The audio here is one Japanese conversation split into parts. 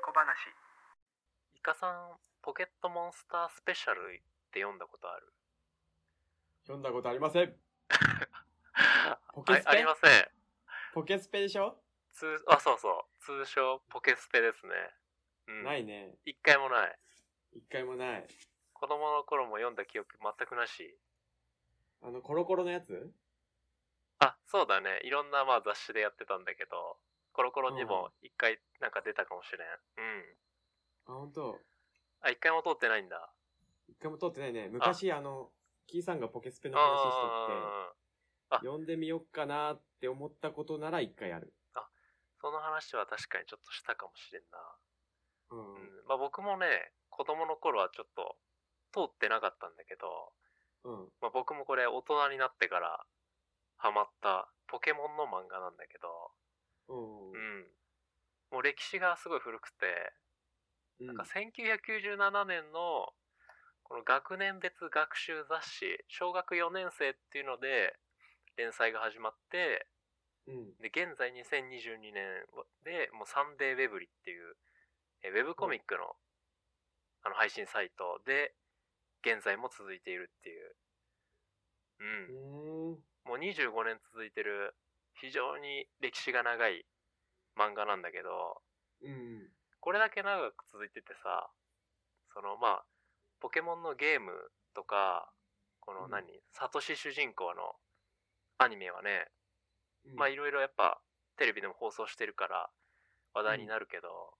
小話イカさん、ポケットモンスタースペシャルって読んだことある読んだことありません。ポケあスペありません。ポケスペでしょ、通、あ、そうそう。通称、ポケスペですね。うん。ないね。一回もない。一回もない。子供の頃も読んだ記憶全くなし。あの、コロコロのやつあ、そうだね。いろんな、まあ、雑誌でやってたんだけど、コロコロにも一回、なんか出たかもしれん。うん。あ、ほんと。あ、一回も通ってないんだ。一回も通ってないね。昔、あの、キーさんがポケスペの話しとあーって、読んでみよっかなーって思ったことなら一回やる。その話は確かにちょっとしたかもしれんな。うん。うん。まあ、僕もね、子供の頃はちょっと、通ってなかったんだけど、うん。まあ、僕もこれ大人になってからハマったポケモンの漫画なんだけど、うん。うん。もう歴史がすごい古くて、うん。なんか1997年のこの学年別学習雑誌、小学4年生っていうので連載が始まって、うん。で、現在2022年でもうサンデーウェブリっていう、えウェブコミックのあの配信サイトで、現在も続いているっていう。うん。うもう25年続いてる非常に歴史が長い漫画なんだけど、ーん。うん。これだけ長く続いててさ、そのまあ、ポケモンのゲームとか、この何、サトシ主人公のアニメはね、うんまあいろいろやっぱテレビでも放送してるから話題になるけど、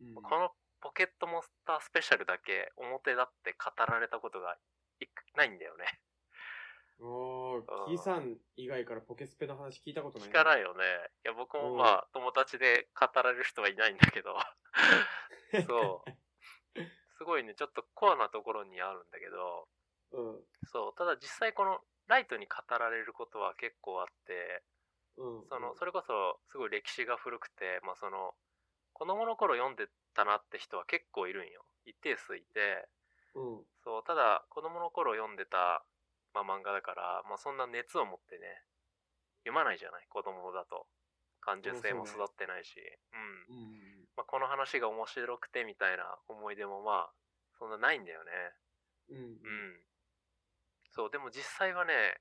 うんこのポケットモンスタースペシャルだけ表だって語られたことがいないんだよね。おーあーキーさん以外からポケスペの話聞いたことない。聞かないい。よね。いや、僕もまあ、友達で語られる人はいないんだけ ど、そう。すごいね、ちょっとコアなところにあるんだけど、うん。そう、ただ実際このライトに語られることは結構あって、うん。その、それこそすごい歴史が古くて、まあその、子供の頃読んでたなって人は結構いるんよ。一定数いて、うん。そう、ただ子供の頃読んでた、まあ、漫画だから、まあ、そんな熱を持ってね、読まないじゃない、子供だと。感受性もそう育ねってないし、うん。うん。まあ、この話が面白くてみたいな思い出もまあ、そんなないんだよね。うん。うん。そう、でも実際はね、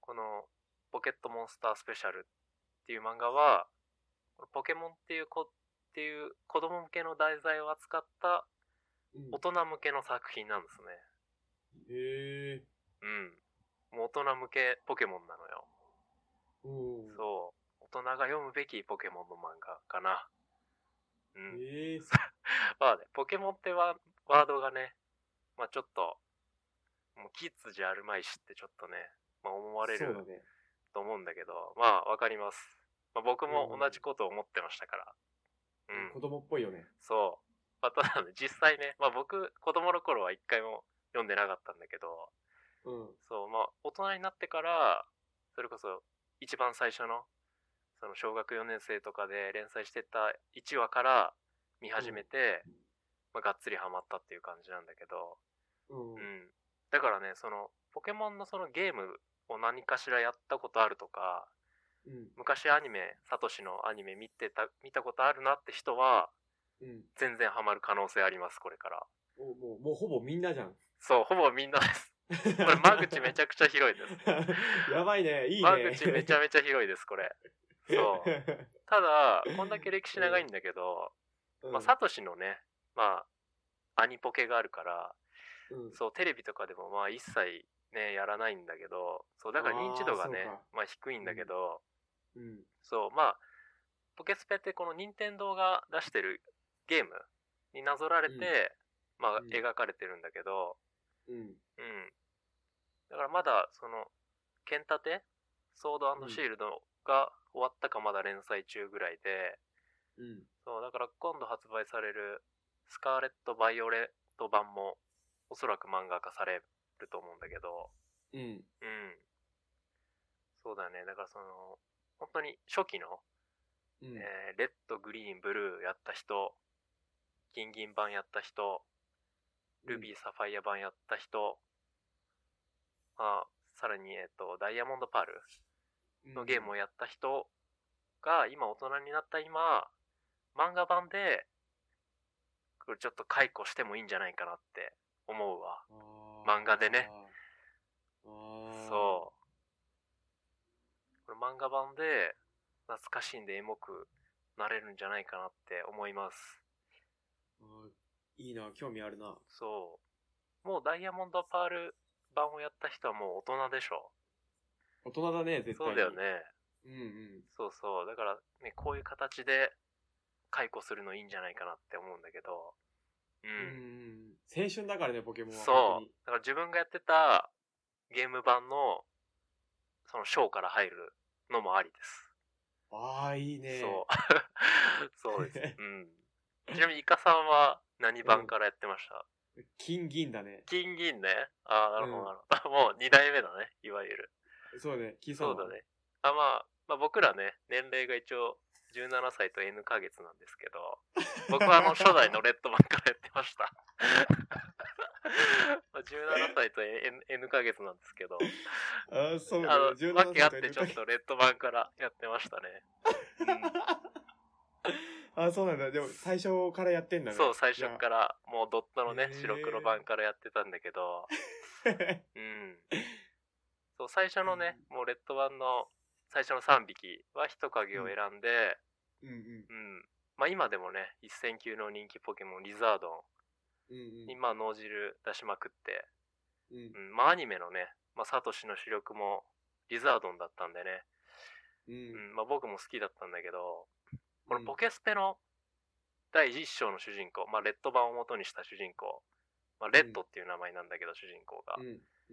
この、ポケットモンスタースペシャルっていう漫画は、ポケモンっていう子、っていう子供向けの題材を扱ったうん大。人向けの作品なんですね。へえ。うん。もう大人向けポケモンなのよ。うん。そう。大人が読むべきポケモンの漫画かな。うん。へえ。まあね、ポケモンってワワードがね、まあちょっと、もうキッズじゃあるまいしってちょっとね、まあ思われそうるだね。と思うんだけど、まあわかります。まあ僕もうん同じことを思ってましたから。うん。子供っぽいよね。そう。まあ、ただね、実際ね、まあ僕、子供の頃は一回も読んでなかったんだけど、うん。そう、まあ、大人になってから、それこそ、一番最初の、その小学4年生とかで連載してた1話から見始めて、まあ、がっつりハマったっていう感じなんだけど、うんう。ん。だからね、その、ポケモンのそのゲームを何かしらやったことあるとか、うん。昔アニメ、サトシのアニメ見てた、見たことあるなって人は、うん。全然ハマる可能性あります、これから。おもう、もうほぼみんなじゃん。そう、ほぼみんな です。これ、間口めちゃくちゃ広いです。やばいね。いいね。間口めちゃめちゃ広いです、これ。そう。ただ、こんだけ歴史長いんだけど、うん。まあ、サトシのね、まあ、アニポケがあるから、うん。そう、テレビとかでもまあ、一切ね、やらないんだけど、そう、だから認知度がねあーそうか、まあ、低いんだけど、うん。そう、まあ、ポケスペってこの任天堂が出してるゲームになぞられて、うんまあう、ん描かれてるんだけど、うん。うん。だからまだ、その、剣立てソードシールドが終わったかまだ連載中ぐらいで、うん。そう、だから今度発売されるスカーレット・バイオレット版もおそらく漫画化されると思うんだけど、うん。うん。そうだね。だからその、本当に初期の、うん。えーレッド、グリーン、ブルーやった人、金銀版やった人、ルビー、サファイア版やった人、まあ、さらに、えっ、と、ダイヤモンドパールーのゲームをやった人が、今大人になった今、漫画版で、これちょっと解雇してもいいんじゃないかなって思うわ。漫画でね。そう。これ漫画版で懐かしいんでエモくなれるんじゃないかなって思います。う。いいな、興味あるな。そう。もうダイヤモンドパール版をやった人はもう大人でしょ。大人だね、絶対そうにだよね。。うんうん。そうそう。だから、ね、こういう形で解雇するのいいんじゃないかなって思うんだけど。ううんうんん。うん、青春だからね、ポケモンは。そう。だから自分がやってたゲーム版のそのショーから入るのもありです。う。ああ、いいね。 そう。そうです。うん。ちなみにイカさんは何版からやってました、金銀だね。金銀ね。ああ、なるほど、なるほど。 もう2代目だね、いわゆる。そうね、キーさんそはうだ。ね。あ、まあ、まあ僕らね、年齢が一応17歳と N ヶ月なんですけ ど、僕はあの初代のレッドマンからやってました。 まあ17歳と N, N ヶ月なんですけど、ああ、そうあだ、のね。、17わけあっ歳てちとょやっりとレッド版からやってましたね。 たいあ、そうなんだ。でも、最初からやってんだね。そう、最初ら。から、もうドットのねへ、ー白黒版からやってたんだけど、うん。そう、最初のね、もうレッド版の最初の3匹は人影を選んで、うんうん。うん。まあ今でもね、一戦級の人気ポケモン、リザードうんンに、まあ脳汁出しまくって、うん。うんうん。まあアニメのね、まあサトシの主力もリザードンだったんでね、うんうん。まあ僕も好きだったんだけど、こうのんポケスペの第1章の主人公、まあレッド版を元にした主人公、まあレッドっていう名前なんだけど、主人公がう、んう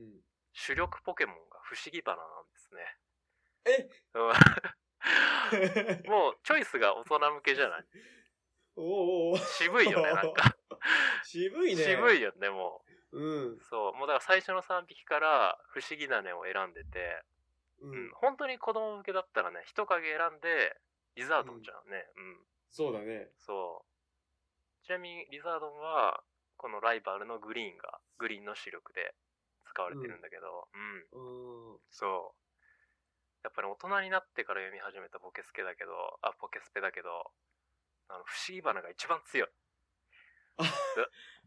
ん。主力ポケモンが不思議花なんですね。えうん もうチョイスが大人向けじゃないおーおー渋いよね、なん か。渋いね。渋い。いよね、もうんう。。そう。もうだから最初の3匹から不思議種を選んでて、ううんん。。本当に子供向けだったらね、人影選んで、リザードンじゃんね。うん。そうだね。そう。ちなみにリザードンは、このライバルのグリーンが、グリーンの主力で使われてるんだけど、うん、うん。そう。やっぱり大人になってから読み始めたポケスケだけど、あ、ポケスペだけど、あの、不思議花が一番強い。あ、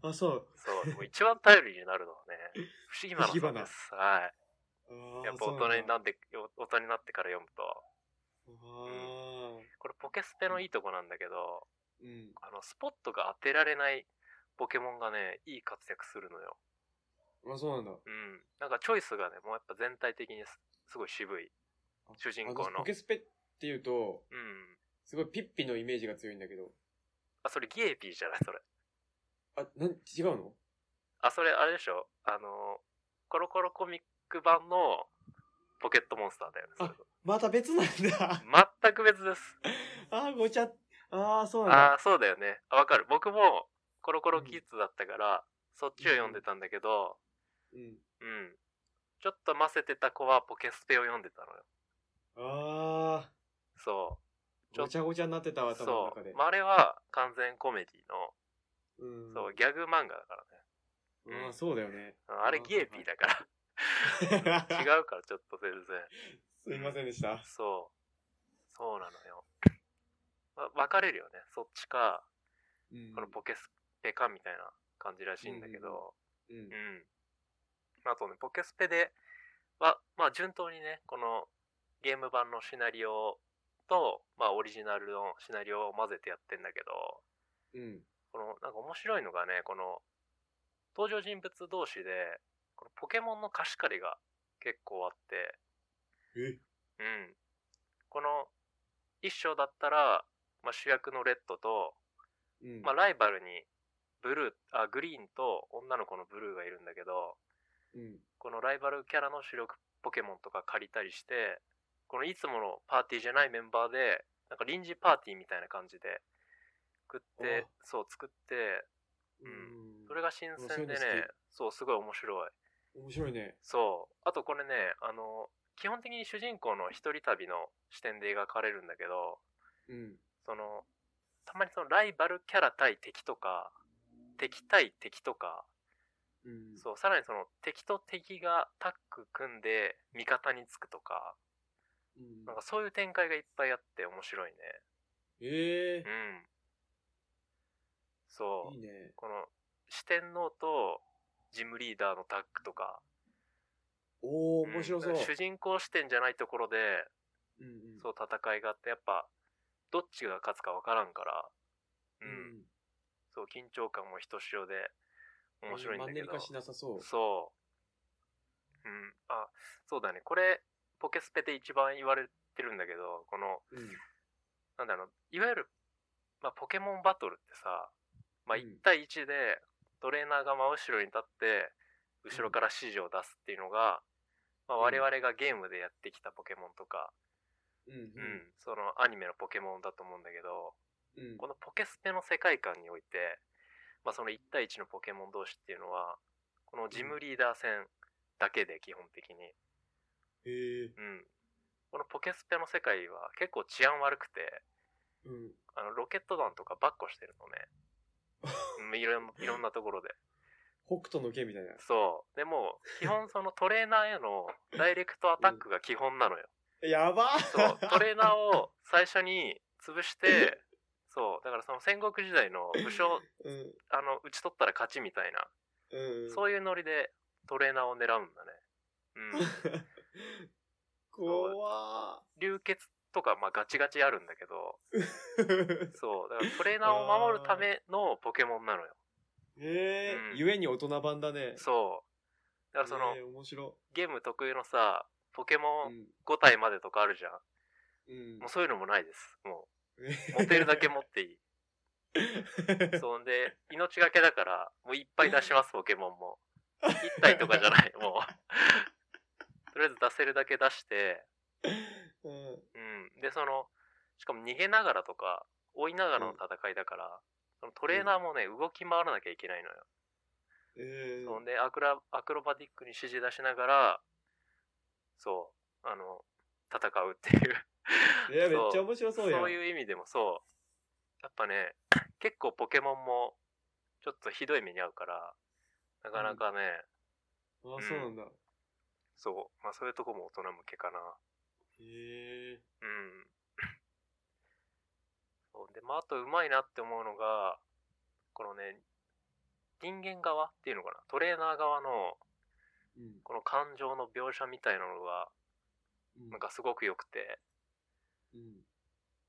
そう。そう。もう一番頼りになるのはね、不思議花さんです。はい。あーやっぱ大人になって、よ大人になってから読むと、そうなんだあこれポケスペのいいとこなんだけど、ーうん。あの、スポットが当てられないポケモンがね、いい活躍するのよ。あ、そうなんだ。うん。なんかチョイスがね、もうやっぱ全体的にすすごい渋い。あ主人公の私ポケスペっていうと、うん。すごいピッピのイメージが強いんだけど。あ、それギエピーじゃないそれ。あ、なん、違うのあ、それあれでしょあの、コロコロコミック版のポケットモンスターだよね。それとまた別なんだ。全く別です。あー、ごちゃ。あー、そうなんあだ。あ、そうだよね。あ、わかる。僕もコロコロキッズだったから、そっちを読んでたんだけど、うん。うん。ちょっと混ぜてた子はポケスペを読んでたのよ。あそー、ごちゃごちゃになってたわ、う。頭のそ中でう。。まあ、あれは完全コメディの、うん。そう、ギャグ漫画だからね。あーそうだよね。うんあれギエピーだ から。違うからちょっと全然。すいませんでした。そう。そうなのよ。ま分かれるよね。そっちか、うんこのポケスペかみたいな感じらしいんだけど。うんうん。あとね、ポケスペでは、まあ順当にね、このゲーム版のシナリオと、まあオリジナルのシナリオを混ぜてやってんだけど、うん。このなんか面白いのがね、この登場人物同士で、このポケモンの貸し借りが結構あって、えうん。この一章だったら、まあ、主役のレッドと、うん。まあ、ライバルにブルーあグリーンと女の子のブルーがいるんだけどうん。このライバルキャラの主力ポケモンとか借りたりしてこのいつものパーティーじゃないメンバーでなんか臨時パーティーみたいな感じで作ってあそう作ってうんそれが新鮮でねあそういうの好そうすごい面白い面白いね。そうあとこれねあの基本的に主人公の一人旅の視点で描かれるんだけどうん。そのたまにそのライバルキャラ対敵とか敵対敵とか、うん。そうさらにその敵と敵がタッグ組んで味方につくとかうんなんかそういう展開がいっぱいあって面白いねええうんそういいね。この四天王とジムリーダーのタッグとかおー、面白そう。ん主人公視点じゃないところでうんうんそう戦いがあってやっぱどっちが勝つか分からんから、ううんん。そう緊張感もひとしおで面白いんだマンけネどリ化しなさそう。そう。うん。あ、そうだね。これ、ポケスペで一番言われてるんだけど、この、うん。なんだろう、いわゆる、まあ、ポケモンバトルってさ、まあ、うん1対1で、トレーナーが真後ろに立って、後ろから指示を出すっていうのが、まあ、うん我々がゲームでやってきたポケモンとか、うんうん、そのアニメのポケモンだと思うんだけど、うん。うん。このポケスペの世界観において、まあ、その1対1のポケモン同士っていうのはこのジムリーダー戦だけで基本的に、へえ。うん、このポケスペの世界は結構治安悪くてうん。あのロケット弾とかばっこしてるのね、 うん、いろんいろんなところで北斗の剣みたいな。そうでもう基本そのトレーナーへのダイレクトアタックが基本なのよ、やばーそうトレーナーを最初に潰してそうだからその戦国時代の武将 うん。あの打ち取ったら勝ちみたいなうん。そういうノリでトレーナーを狙うんだね。うん。怖流血とか、まあ、ガチガチあるんだけど、 ー。そう。だからトレーナーを守るためのポケモンなのよ。ねえう、んゆえに大人版だね。そう。だからその、ねえ面白。ゲーム特有のさ、ポケモうンん。 5体までとかあるじゃん。うんもうそういうのもないです。もう、持持てるだけ。持ってい い。そんで、命がけだから、もういっぱい出します、ポケモンも。1体とかじゃ ない、もう。とりあえず出せるだけ出して、 うん。うん、でそのしかも逃げながらとか追いながらの戦いだから、そのトレーナーもね、動き回らなきゃいけないのよ、えそんでアクラアクロバティックに指示出しながらそうあの戦うっていうえ。いや、めっちゃ面白そそううやん。いう意味でもそうやっぱね結構ポケモンもちょっとひどい目に遭うからなかなかね、ああ、そうなんだ。そうまあそういうとこも大人向けかなへえ。うん。 そうで、まあ、あとうまいなって思うのが、このね、人間側っていうのかな、トレーナー側のうん。この感情の描写みたいなのが、うんなんかすごく良くて、うん。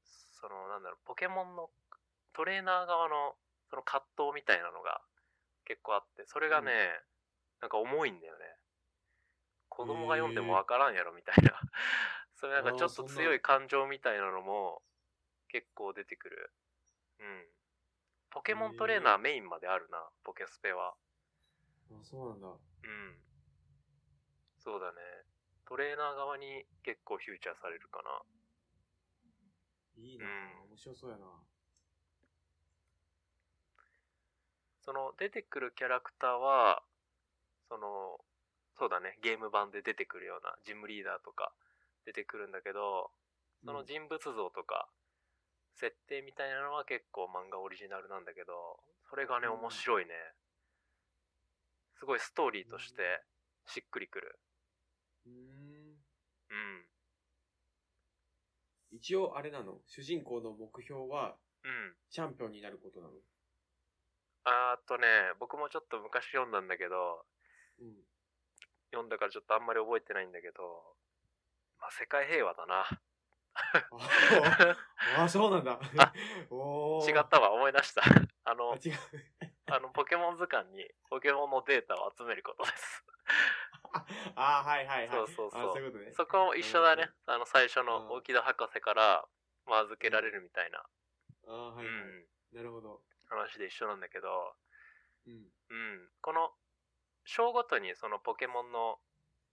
その、なんだろう、ポケモンのトレーナー側のその葛藤みたいなのが結構あって、それがね、うなんか重いんだよね。子供が読んでへもーわからんやろみたいな、 そういうなんかあーちょっとそんな強い感情みたいなのも結構出てくる。うん。ポケモントレーナーメインまであるな、ポケスペは。あ、そうなんだ。うん。そうだね。トレーナー側に結構フューチャーされるかな。いいなうぁ。ん面白そうやなその出てくるキャラクターは、その、そうだね、ゲーム版で出てくるようなジムリーダーとか出てくるんだけど、その人物像とか、設定みたいなのは結構漫画オリジナルなんだけど、それがね、うん面白いね。すごいストーリーとしてしっくりくる。うん。うんう一応あれなの主人公の目標はん。うん。チャンピオンになることなのあーっとね、僕もちょっと昔読んだんだけど、うん。読んだからちょっとあんまり覚えてないんだけど、まあ、世界平和だ な。ああ、そうなん だあ。おー違ったわ、思い出した。 あの あ、違う。あの、ポケモン図鑑にポケモンのデータを集めること です。ああ、はいはいはい。そうそうそうあそういうことね。そこも一緒だね。あの、最初うんの大木戸博士から、まあ、預けられるみたいな、ああ、うはいはい。ん、なるほど。話で一緒なんだけど、うん。うん。この、章ごとにそのポケモンの、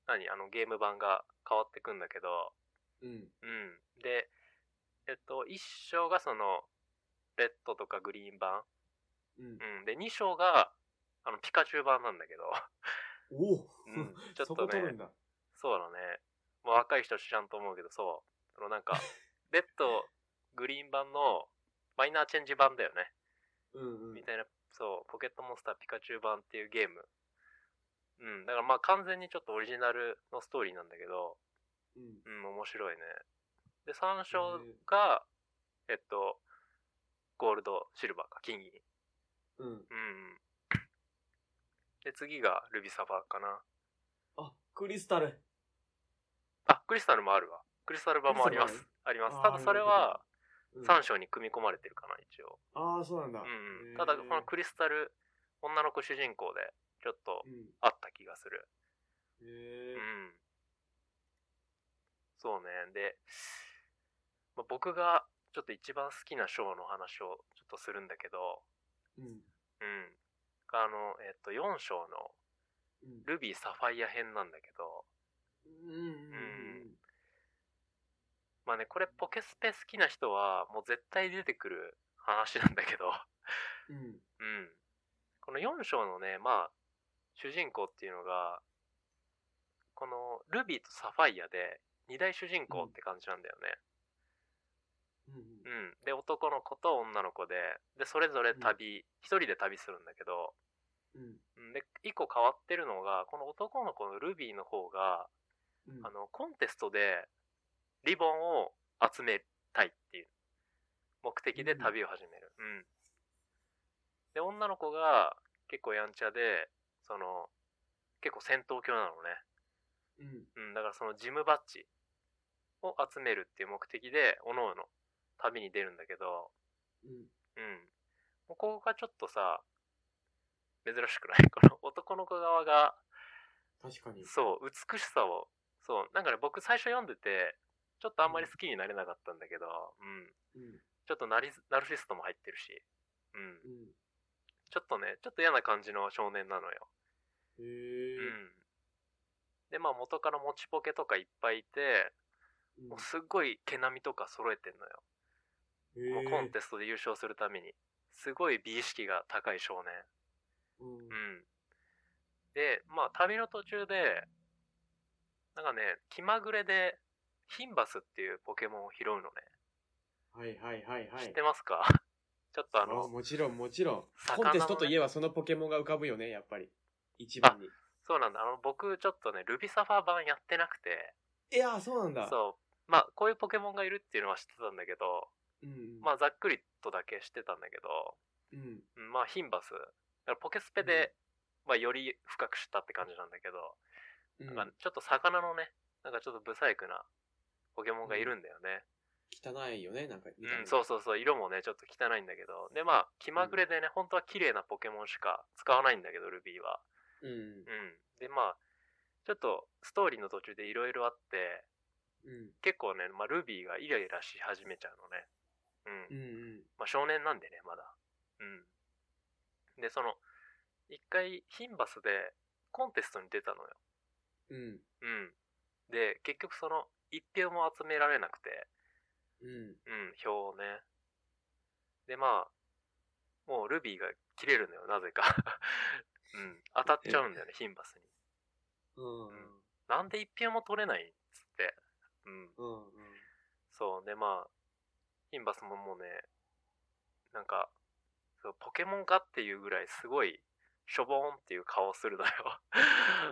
何、あの、ゲーム版が変わってくんだけど、うん。うん。で、えっと、1章がその、レッドとかグリーン版。うん。うん。で、2章が、あの、ピカチュウ版なんだけ ど。おおうん。ちょっそとこ取るねん、だ。そうだね。まあ、若い人知らんと思うけど、そう。そのなん か、レッド、グリーン版のマイナーチェンジ版だよね。うんうんみ。たいな、そう、ポケットモンスターピカチュウ版っていうゲーム。うん。だからまあ完全にちょっとオリジナルのストーリーなんだけど、うん。うん、面白いね。で、3章が、えっと、ゴールド、シルバーか、金銀。うん。うん。で、次がルビサバかな。あ、クリスタル。あ、クリスタルもあるわ。クリスタルバもありまクリスす。あります。あーただそれはうん、 3章に組み込まれてるかな、一応。ああ、そうなんだ。うんうへん。ーただ、このクリスタル、女の子主人公で、ちょっとうん。あった気がする。へえう。ん。そうね。で、まあ僕がちょっと一番好きな章の話をちょっとするんだけど、うん。うん。あの、えっと、4章のうん。ルビー・サファイア編なんだけど、うんうんうんまあね、これポケスペ好きな人はもう絶対出てくる話なんだけど、うん。うん。うん。この4章のね、まあ、主人公っていうのが、このルビーとサファイアで二大主人公って感じなんだよね。うんうんうん、で男の子と女の子ででそれぞれ旅一、人で旅するんだけどうんうんで一個変わってるのがこの男の子のルビーの方が、うんあのコンテストでリボンを集めたいっていう目的で旅を始める、うんで女の子が結構やんちゃでその結構戦闘狂なのね、うんうん、だからそのジムバッジを集めるっていう目的で各々旅に出るんだけどうんうん。ここがちょっとさ、珍しくない この男の子側が、確かに。そう、美しさを、そう、なんかね、僕最初読んでて、ちょっとあんまり好きになれなかったんだけど、うん。うん。ちょっとナリスナルシストも入ってるし、うん。うん。ちょっとね、ちょっと嫌な感じの少年なのよ。へうえ。ん。で、まあ元から持ちポケとかいっぱいいて、うんもうすっごい毛並みとか揃えてんのよ。もうコンテストで優勝するために。すごい美意識が高い少年。うんうん。で、まあ、旅の途中で、なんかね、気まぐれで、ヒンバスっていうポケモンを拾うのね。はいはいはいはい。知ってますか ちょっとああの、もちろんもちろん。魚のコねンテストといえばそのポケモンが浮かぶよね、やっぱり。一番に。そうなんだ。あの、僕、ちょっとね、ルビサファー版やってなくて、いやー、そうなんだ。そう。まあ、こういうポケモンがいるっていうのは知ってたんだけど、うんうん。まあ、ざっくりとだけ知ってたんだけど、うん。うんまあ、ヒンバス。だからポケスペで、まあ、より深く知ったって感じなんだけど、うん。なんかちょっと魚のね、なんかちょっとブサイクなポケモンがいるんだよね。汚いよね、なんか。うん、そうそうそう、色もね、ちょっと汚いんだけど。で、まあ、気まぐれでね、本当は綺麗なポケモンしか使わないんだけど、ルビーは。う。うんう。ん。で、まあ、ちょっと、ストーリーの途中でいろいろあって、うん。結構ね、まあ、ルビーがイライラし始めちゃうのね。う。うんんまあ、少年なんでね、まだ。うん。で、その、一回、ヒンバスで、コンテストに出たのよ。うん。うん。うん。で、結局その、一票も集められなくて、うん。うん、票をね。で、まあ、もうルビーが切れるのよ、なぜか。 うん、当たっちゃうんだよね、ヒンバスに。うん。なんで一票も取れないっつって。うん、うん。そう。で、まあ、ヒンバスももうね、なんか、そうポケモンかっていうぐらいすごい、しょぼーんっていう顔するのよ。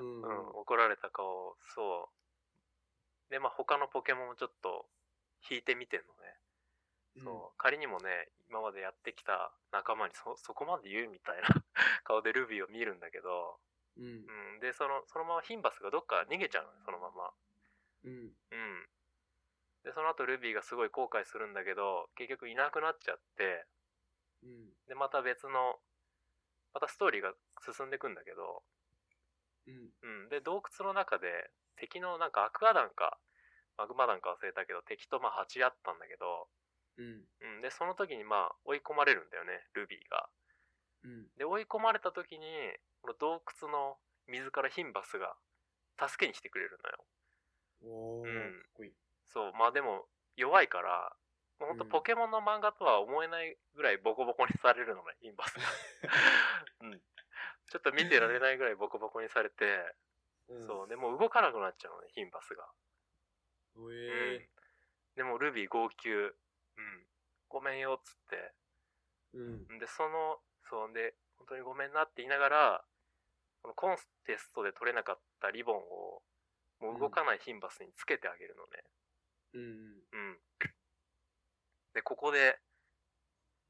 う んうん、怒られた顔、そう。で、まあ他のポケモンもちょっと、引いてみてんのね。そう仮にもね今までやってきた仲間にそそこまで言うみたいな 顔でルビーを見るんだけど、うん。うん。うん、でそのそのままヒンバスがどっか逃げちゃうのよそのままうん。うんでその後ルビーがすごい後悔するんだけど結局いなくなっちゃってうん。でまた別のまたストーリーが進んでくんだけど、うん。うん、で洞窟の中で敵のなんかアクアダンかマグマダンか忘れたけど敵とまあ鉢合ったんだけど、うん。うん、でその時にまあ追い込まれるんだよねルビーがうん。で追い込まれた時にこの洞窟の水からヒンバスが助けに来てくれるのよおー。うんかっこいい。そうまあでも弱いからもうほんとうんポケモンの漫画とは思えないぐらいボコボコにされるのねヒンバスが、うん、ちょっと見てられないぐらいボコボコにされて、そうでもう動かなくなっちゃうのねヒンバスが、うん。うへん、でもルビー号泣、うん、ごめんよっつってーうん。で、その、そうで、本当にごめんなって言いながら、このコンテストで取れなかったリボンを、もう動かないヒンバスにつけてあげるのね。うん。うん。で、ここで、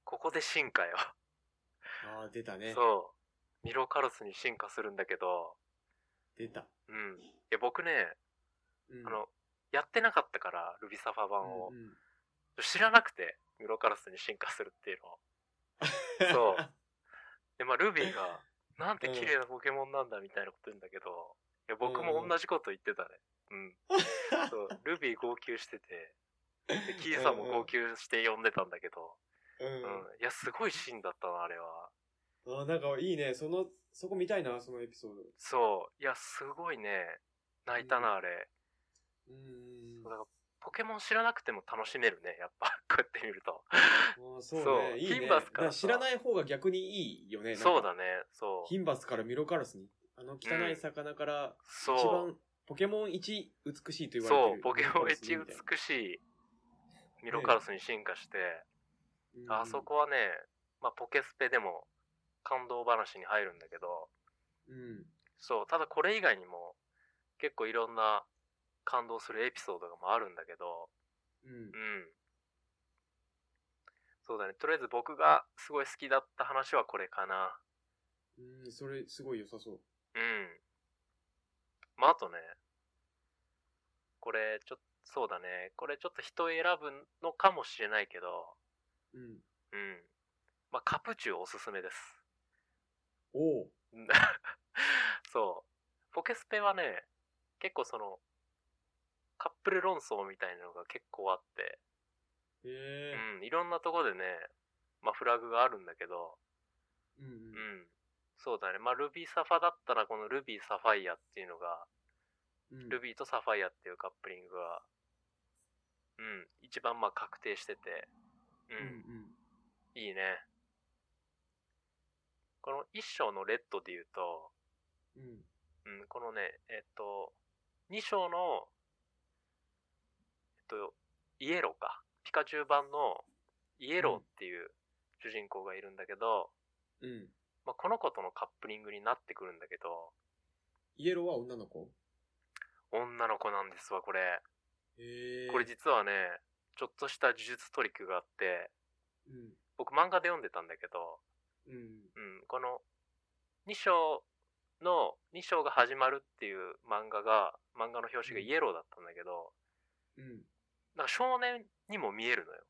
ここで進化よ。ああ、出たね。そう。ミロカロスに進化するんだけど、出た。うん。いや、僕ね、うんあの、やってなかったから、ルビサファ版をう。ん知らなくて、ミロカロスに進化するっていうのを。そうで、まあ、ルビーが、なんて綺麗なポケモンなんだみたいなこと言うんだけど、いや、僕も同じこと言ってたね。 うん。そう、ルビー号泣してて、で、キーさんも号泣して呼んでたんだけど、 ううんん。いや、すごいシーンだったな、あれは。ああ、なんかいいね。その、そこ見たいな、そのエピソード。そう。いや、すごいね、泣いたな、あれ。うんそうだからポケモン知らなくても楽しめるね、やっぱ、 こうやって見ると。ああそうそうね。いいね。ヒンバスからさだら知らない方が逆にいいよね。なんかそうだね、そう。ヒンバスからミロカロスに。あの汚い魚から、そう。一番、ポケモン一美しいと言わそれてう、る。ポケモンエッジミロカロスにみたいな美しいミロカロスに進化して、うんあそこはね、まあ、ポケスペでも感動話に入るんだけど、うん。そう、ただこれ以外にも結構いろんな感動するエピソードがもあるんだけど、うんう。ん。そうだね、とりあえず僕がすごい好きだった話はこれかな。うん、それ、すごい良さそう。うん。まあ、あとね、これ、ちょっと、そうだね、これちょっと人選ぶのかもしれないけど、うん。うん。まあ、カプチューおすすめです。おう。 そう。ポケスペはね、結構その、カップル論争みたいなのが結構あって、へえ。うん、いろんなとこでね、まあ、フラグがあるんだけど、うんうんう。ん。そうだね。まあ、ルビーサファだったら、このルビーサファイアっていうのが、うんルビーとサファイアっていうカップリングが、うん、一番まあ確定してて、う、うんんいいね。この一章のレッドで言うと、うん。うん。うん、このね、えっと、2章の、えっと、イエローか。ピカチュウ版のイエローっていう主人公がいるんだけど、うん。まあ、この子とのカップリングになってくるんだけど、イエローは女の子女の子なんですわ、これ。へえ。これ実はね、ちょっとした呪術トリックがあって、うん。僕漫画で読んでたんだけど、うん。うん、この2章の2章が始まるっていう漫画が漫画の表紙がイエローだったんだけど、うん。なんか少年にも見えるのよ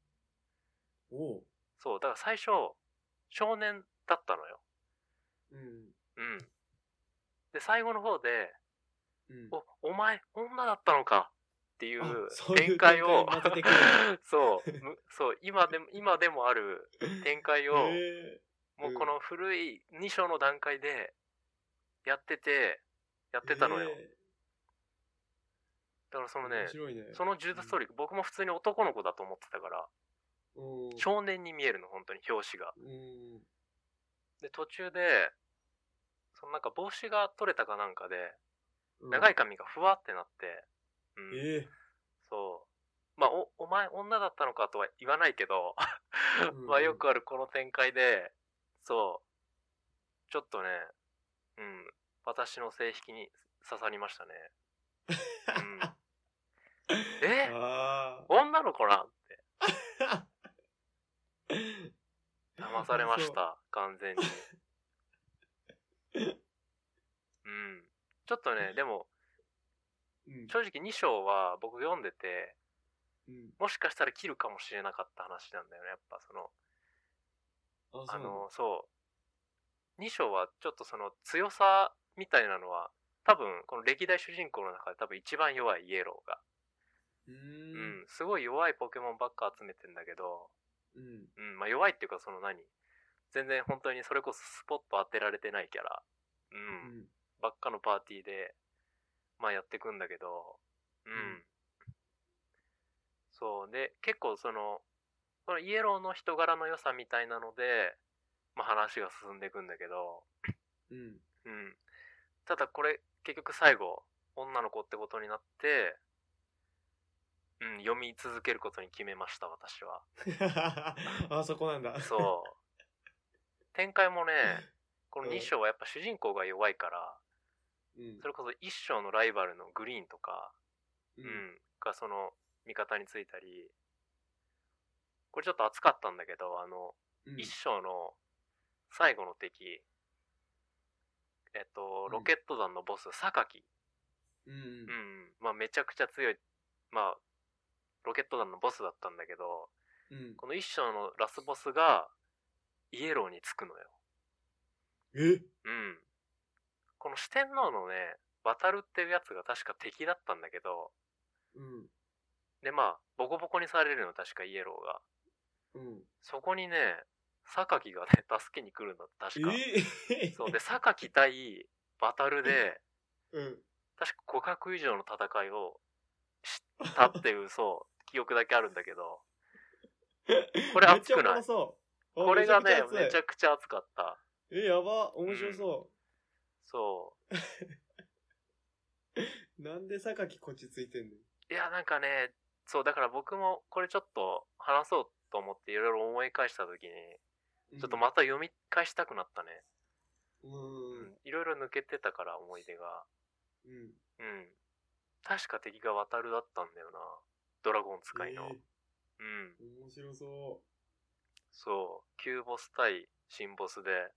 おう。そうだから最初少年だったのようん。うんで最後の方でうん「おお前女だったのか」っていうあそういう展開を展開混ぜてくる そうむそう今でも今でもある展開をへえもうこの古い2章の段階でやっててやってたのよ、へえだからそのね面、白いね。そのジューストーリー、僕も普通に男の子だと思ってたから、うん。少年に見えるの、本当に表紙が。うん。で、途中で、そのなんか帽子が取れたかなんかで、うん長い。髪がふわってなって、うん、えそう。まあ、お、お前女だったのかとは言わないけど、え。まあよくあるこの展開で、そう、ちょっとね、うん、私の性癖に刺さりましたね。 うん、えあ女の子なんてあ。騙されましそう。た、完全に。 うん。ちょっとね、でも、 うん正直2章は僕読んでて、うん。もしかしたら切るかもしれなかった話なんだよね、やっぱその、ああ、そうなのの、そう。2章はちょっとその強さみたいなのは、多分、この歴代主人公の中で多分一番弱いイエローが。う。うんん、すごい弱いポケモンばっか集めてんだけど、うん。うん、まあ弱いっていうかその何全然本当にそれこそスポット当てられてないキャラ。う、うんん。ばっかのパーティーで、まあやってくんだけど、うん。うんそう。で、結構その、このイエローの人柄の良さみたいなので、まあ話が進んでいくんだけど、うん。うん。ただこれ、結局最後、女の子ってことになって、うん、読み続けることに決めました、私は。あ、そこなんだ。そう。 展開もね、この2章はやっぱ主人公が弱いから、うん。それこそ1章のライバルのグリーンとか、ううん、がその味方についたり、これちょっと熱かったんだけど、あの、うん1章の最後の敵、えっと、ロケット団のボス、榊。うんうんう。ん。まあ、めちゃくちゃ強い、まあ、ロケット団のボスだったんだけど、うん。この一章のラスボスが、イエローにつくのよ。えうん。この四天王のね、渡るっていうやつが確か敵だったんだけど、うん。で、まあ、ボコボコにされるの、確かイエローが。うん。そこにね、榊がね、 助けに来るんだった、確か。えそう。で、榊対渡るで、うん。確か互角以上の戦いをしたっていう、そう、記憶だけあるんだけ ど、これ熱くないめっちゃおもろそうあこれがね、めめちちゃくちゃ熱ゃくいちゃ熱かった。え、やば。面白そ。そうなんで榊こっちついてんのう。いや、なんかね、そう、だから僕もこれちょっと話そうと思っていろいろ思い返した時に、ちょっとまた読み返したくなったね。ううんん。。いろいろ抜けてたから、思い出が。うん。うん。確か敵が渡るだったんだよな。ドラゴン使いの。えうん。ー面白そそう。旧ボス対新ボスで、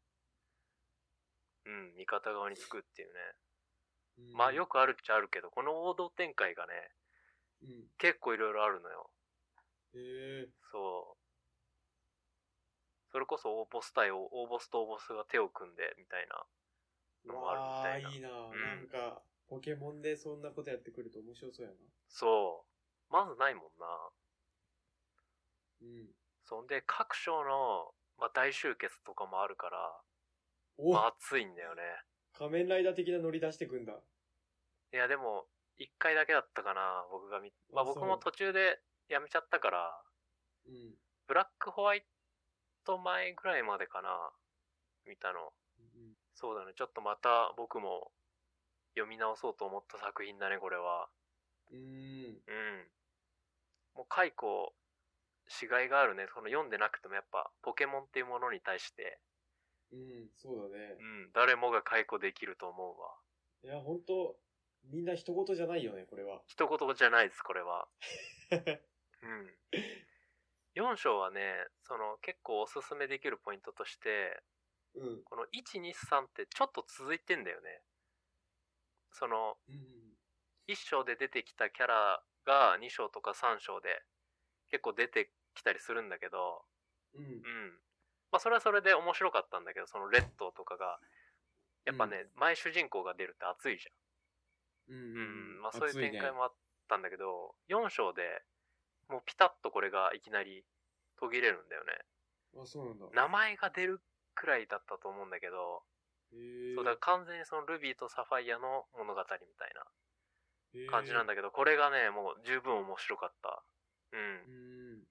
うん、味方側につくっていうね。う。まあよく。くあるっちゃあるけど、この王道展開がね、うん。結構いろいろあるのよ。えそう。それこそ大ボス対王、大ボスと大ボスが手を組んで、みたいな。ー。のもあわるみたいあ、ないいな。んなんか、ポケモンでそんなことやってくると面白そうやな。そう。まずないもんな。うん。そんで、各章の、まあ、大集結とかもあるから、おまあ、熱いんだよね。仮面ライダー的な乗り出してくんだ。いや、でも、一回だけだったかな、僕が見、まああそう僕も途中でやめちゃったから、うん。ブラックホワイト前ぐらいまでかな、見たの。うんそうだね、ちょっとまた僕も読み直そうと思った作品だね、これは。うん。うん。もう解雇、しがいがあるね。その読んでなくてもやっぱ、ポケモンっていうものに対して、うん。そうだねう。ん、誰もが解雇できると思うわ。いや、ほんと、みんな人事じゃないよね、これは。一言じゃないです、これは。うん。4章はね、その結構おすすめできるポイントとして、 うん。うんこの1、2、3ってちょっと続いてんだよね。その、うん。 1章で出てきたキャラが2章とか3章で結構出てきたりするんだけど、うんう。ん。まあそれはそれで面白かったんだけど、そのレッドとかが、やっぱね、前主人公が出るって熱いじうんゃん。うん。まあそういう展開あもあったんだけど、4章でもうピタッとこれがいきなり途切れるんだよね。る、ね。あ、そうなんだ。名前が出るくらいだったと思うんだけど、へーそうだから完全にそのルビーとサファイアの物語みたいへーな感じなんだけど、これがね、もう十分面白かった。う。うんん。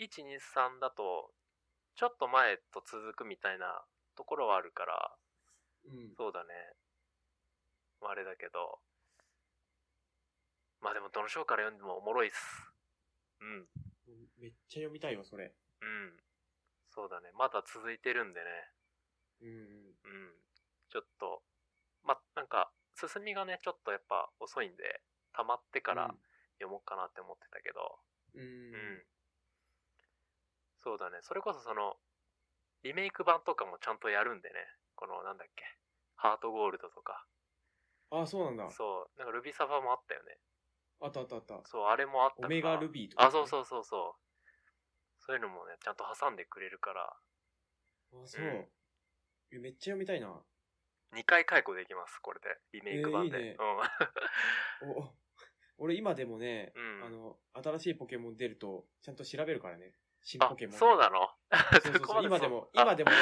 123だと、ちょっと前と続くみたいなところはあるから、うん。そうだね。まあ、あれだけど。まあでもどの章から読んでもおもろいっす。うん。めっちゃ読みたいわ、それ。うん。そうだね。まだ続いてるんでね。うんうん。うん。ちょっと、まあ、なんか、進みがね、ちょっとやっぱ遅いんで、溜まってから読もうかなって思ってたけど、うん。ううん。んそうだね。それこそその、リメイク版とかもちゃんとやるんでね。この、なんだっけ。ハートゴールドとか。あ、そうなんだ。そう。なんかルビサファもあったよね。あったあったあった。そう、あれもあったかオらメガルビーとか、あ、そうそうそうそう。そういうのもね、ちゃんと挟んでくれるから、う。あ、そう。うんえめっちゃ読みたいな。 2回解雇できます、これで。リメイク版で。えーいいねお、俺今でもね、うんあの、新しいポケモン出ると、ちゃんと調べるからね。新うん。あポケ、モン。そうなの そうそうそこそまうで今でも、そう今でもね、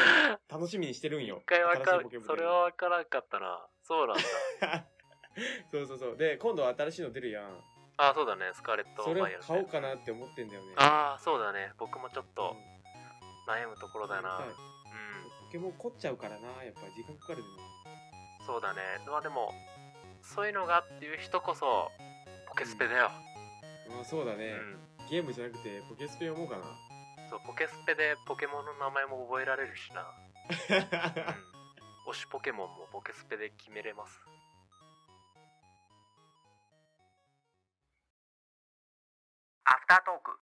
一楽しみにしてるんよ。回わか新しいポケモン出そるれはわからんかったな。そうなんだ。 そうそうそう。で、今度新しいの出るやん。あ、そうだね、スカーレット・それをバイアルね買おうかなって思ってんだよね。ああ、そうだね。僕もちょっうん、と悩むところだな。買いたいうん、ポケモン凝っちゃうからな、やっぱり時間かかるでも。そうだね。まあでも、そういうのがっていう人こそ、ポケスペだよ。まあそうだうね、ん。ゲームじゃなくてポケスペ読もうかな。そう、ポケスペでポケモンの名前も覚えられるしな。うん、推しポケモンもポケスペで決めれますアフタートーク。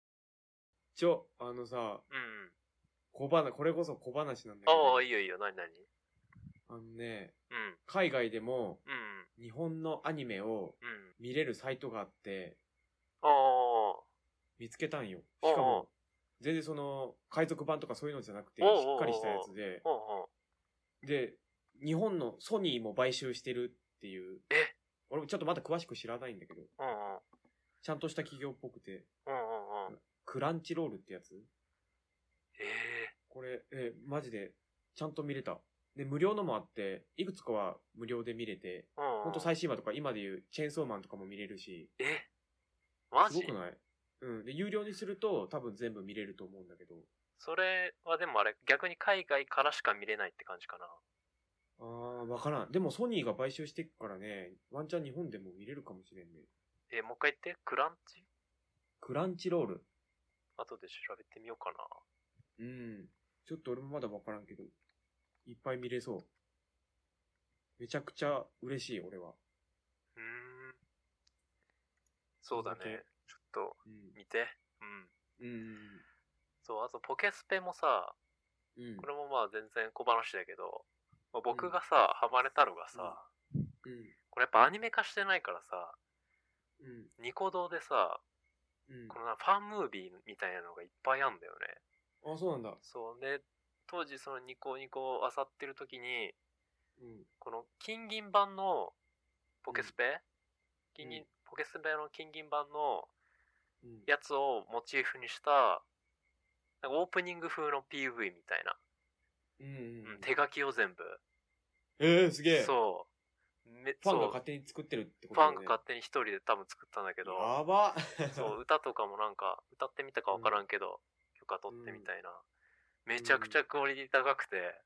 ちょ、あのさ、うん小話、これこそ小話なんだけど。ああ、いいよいいよ、なになにあのね、うん、海外でもうん、日本のアニメをうん。見れるサイトがあって、ああ、見つけたんよ。おうおうしかも、全然その、海賊版とかそういうのじゃなくて、しおうおうおうっかりしたやつで、ほうほう。で、日本のソニーも買収してるっていう。え俺もちょっとまだ詳しく知らないんだけど、うんうん。ちゃんとした企業っぽくて、うんうんうん。クランチロールってやつええこれ、え、マジで、ちゃんと見れた。で、無料のもあって、いくつかは無料で見れて、ー。うん、うん。ほんと最新話とか、今で言う、チェーンソーマンとかも見れるし、えマすごジくないうん。で、有料にすると、多分全部見れると思うんだけど。それはでもあれ、逆に海外からしか見れないって感じかな。あー、わからん。でもソニーが買収してっからね、ワンチャン日本でも見れるかもしれんね。えもう一回言って、クランチクランチロール。後で調べてみようかな。うん。ちょっと俺もまだわからんけど、いっぱい見れそう。めちゃくちゃ嬉しい、俺は。うーん。そうだそれだね。ちょっと、うん。見て。うん。うん。そう、あとポケスペもさ、うん。これもまあ全然小話だけど、まあ僕がさ、ハマれたのがさ、これやっぱアニメ化してないからさ、うん。うん。ニコ動でさ、うんこ。のなファンムービーみたいなのがいっぱいあんだよね。あ、そうなんだ。そうね、当時そのニコニコを漁ってる時に、うん。この金銀版のポケスペ、金銀うんポケスペの金銀版のうん。やつをモチーフにした、なんかオープニング風の PV みたいな。うんうんうん、手書きを全部。えー、すげえ。そう。めファンがそう勝手に作ってるってことフだァよンねが勝手に一人で多分作ったんだけど、やばそう、歌とかもなんか、歌ってみたかわからんけど、許可取ってみたいな。めちゃくちゃクオリティ高くて、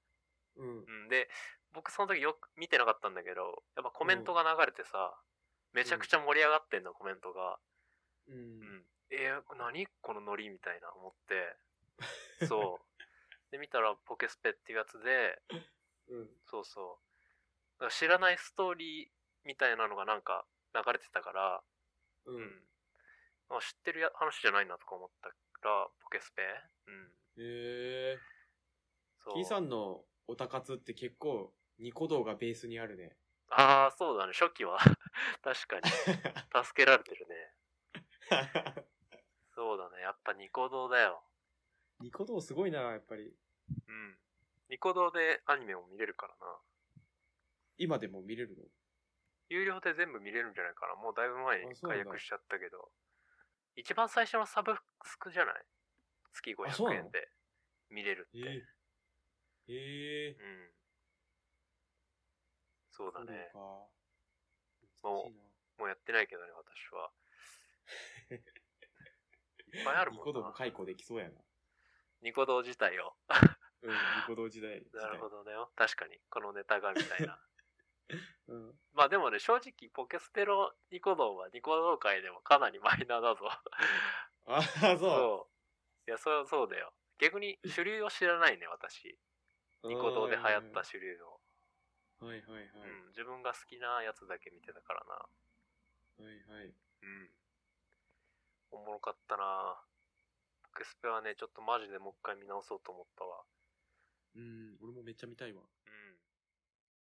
うん。うん、で、僕その時よく見てなかったんだけど、やっぱコメントが流れてさ、めちゃくちゃ盛り上がってんの、コメントが。うんう。ん。えー、何このノリみたいな思って。そう。で、見たらポケスペっていうやつで、うん。そうそう。だから知らないストーリーみたいなのがなんか流れてたから、う。うんん。あ知ってるや話じゃないなとか思ったから、ポケスペうん。へえ。そう。キーさんのオタ活って結構、ニコ動がベースにあるね。 ああ、そうだね。初期は。 確か に。助けられてるね。そうだね。やっぱニコ動だよ。ニコ動すごいな、やっぱり。うん。ニコ動でアニメも見れるからな。今でも見れるの有料で全部見れるんじゃないかな。もうだいぶ前あにそうな解んだ約しちゃったけど。一番最初のサブスクじゃない月あそう500なの円で見れるって。ええ。ええ。うん。そうだね。そうももうやってないけどね、私は。いっぱいあか。るニもコん動もな。解雇できそうやな。ニコ動自体を。 うん、ニコ動時代。なるほどね。確かに。このネタがみたいな。 ど。うん。まあでもね、正直、ポケスペロニコ動はニコ動界でもかなりマイナーだぞ。ああ、そそう。いや、そう、そうだよ。逆に主流を知らないね、私。う。ニコ動で流行った主流を。うん。はいはいはうん、自分が好きなやつだけ見てたからな。い。はいはい。うん。おもろかったなポケスペはね、ちょっとマジでもう一回見直そうと思ったわ。うん、俺もめっちゃ見たいわ。うん。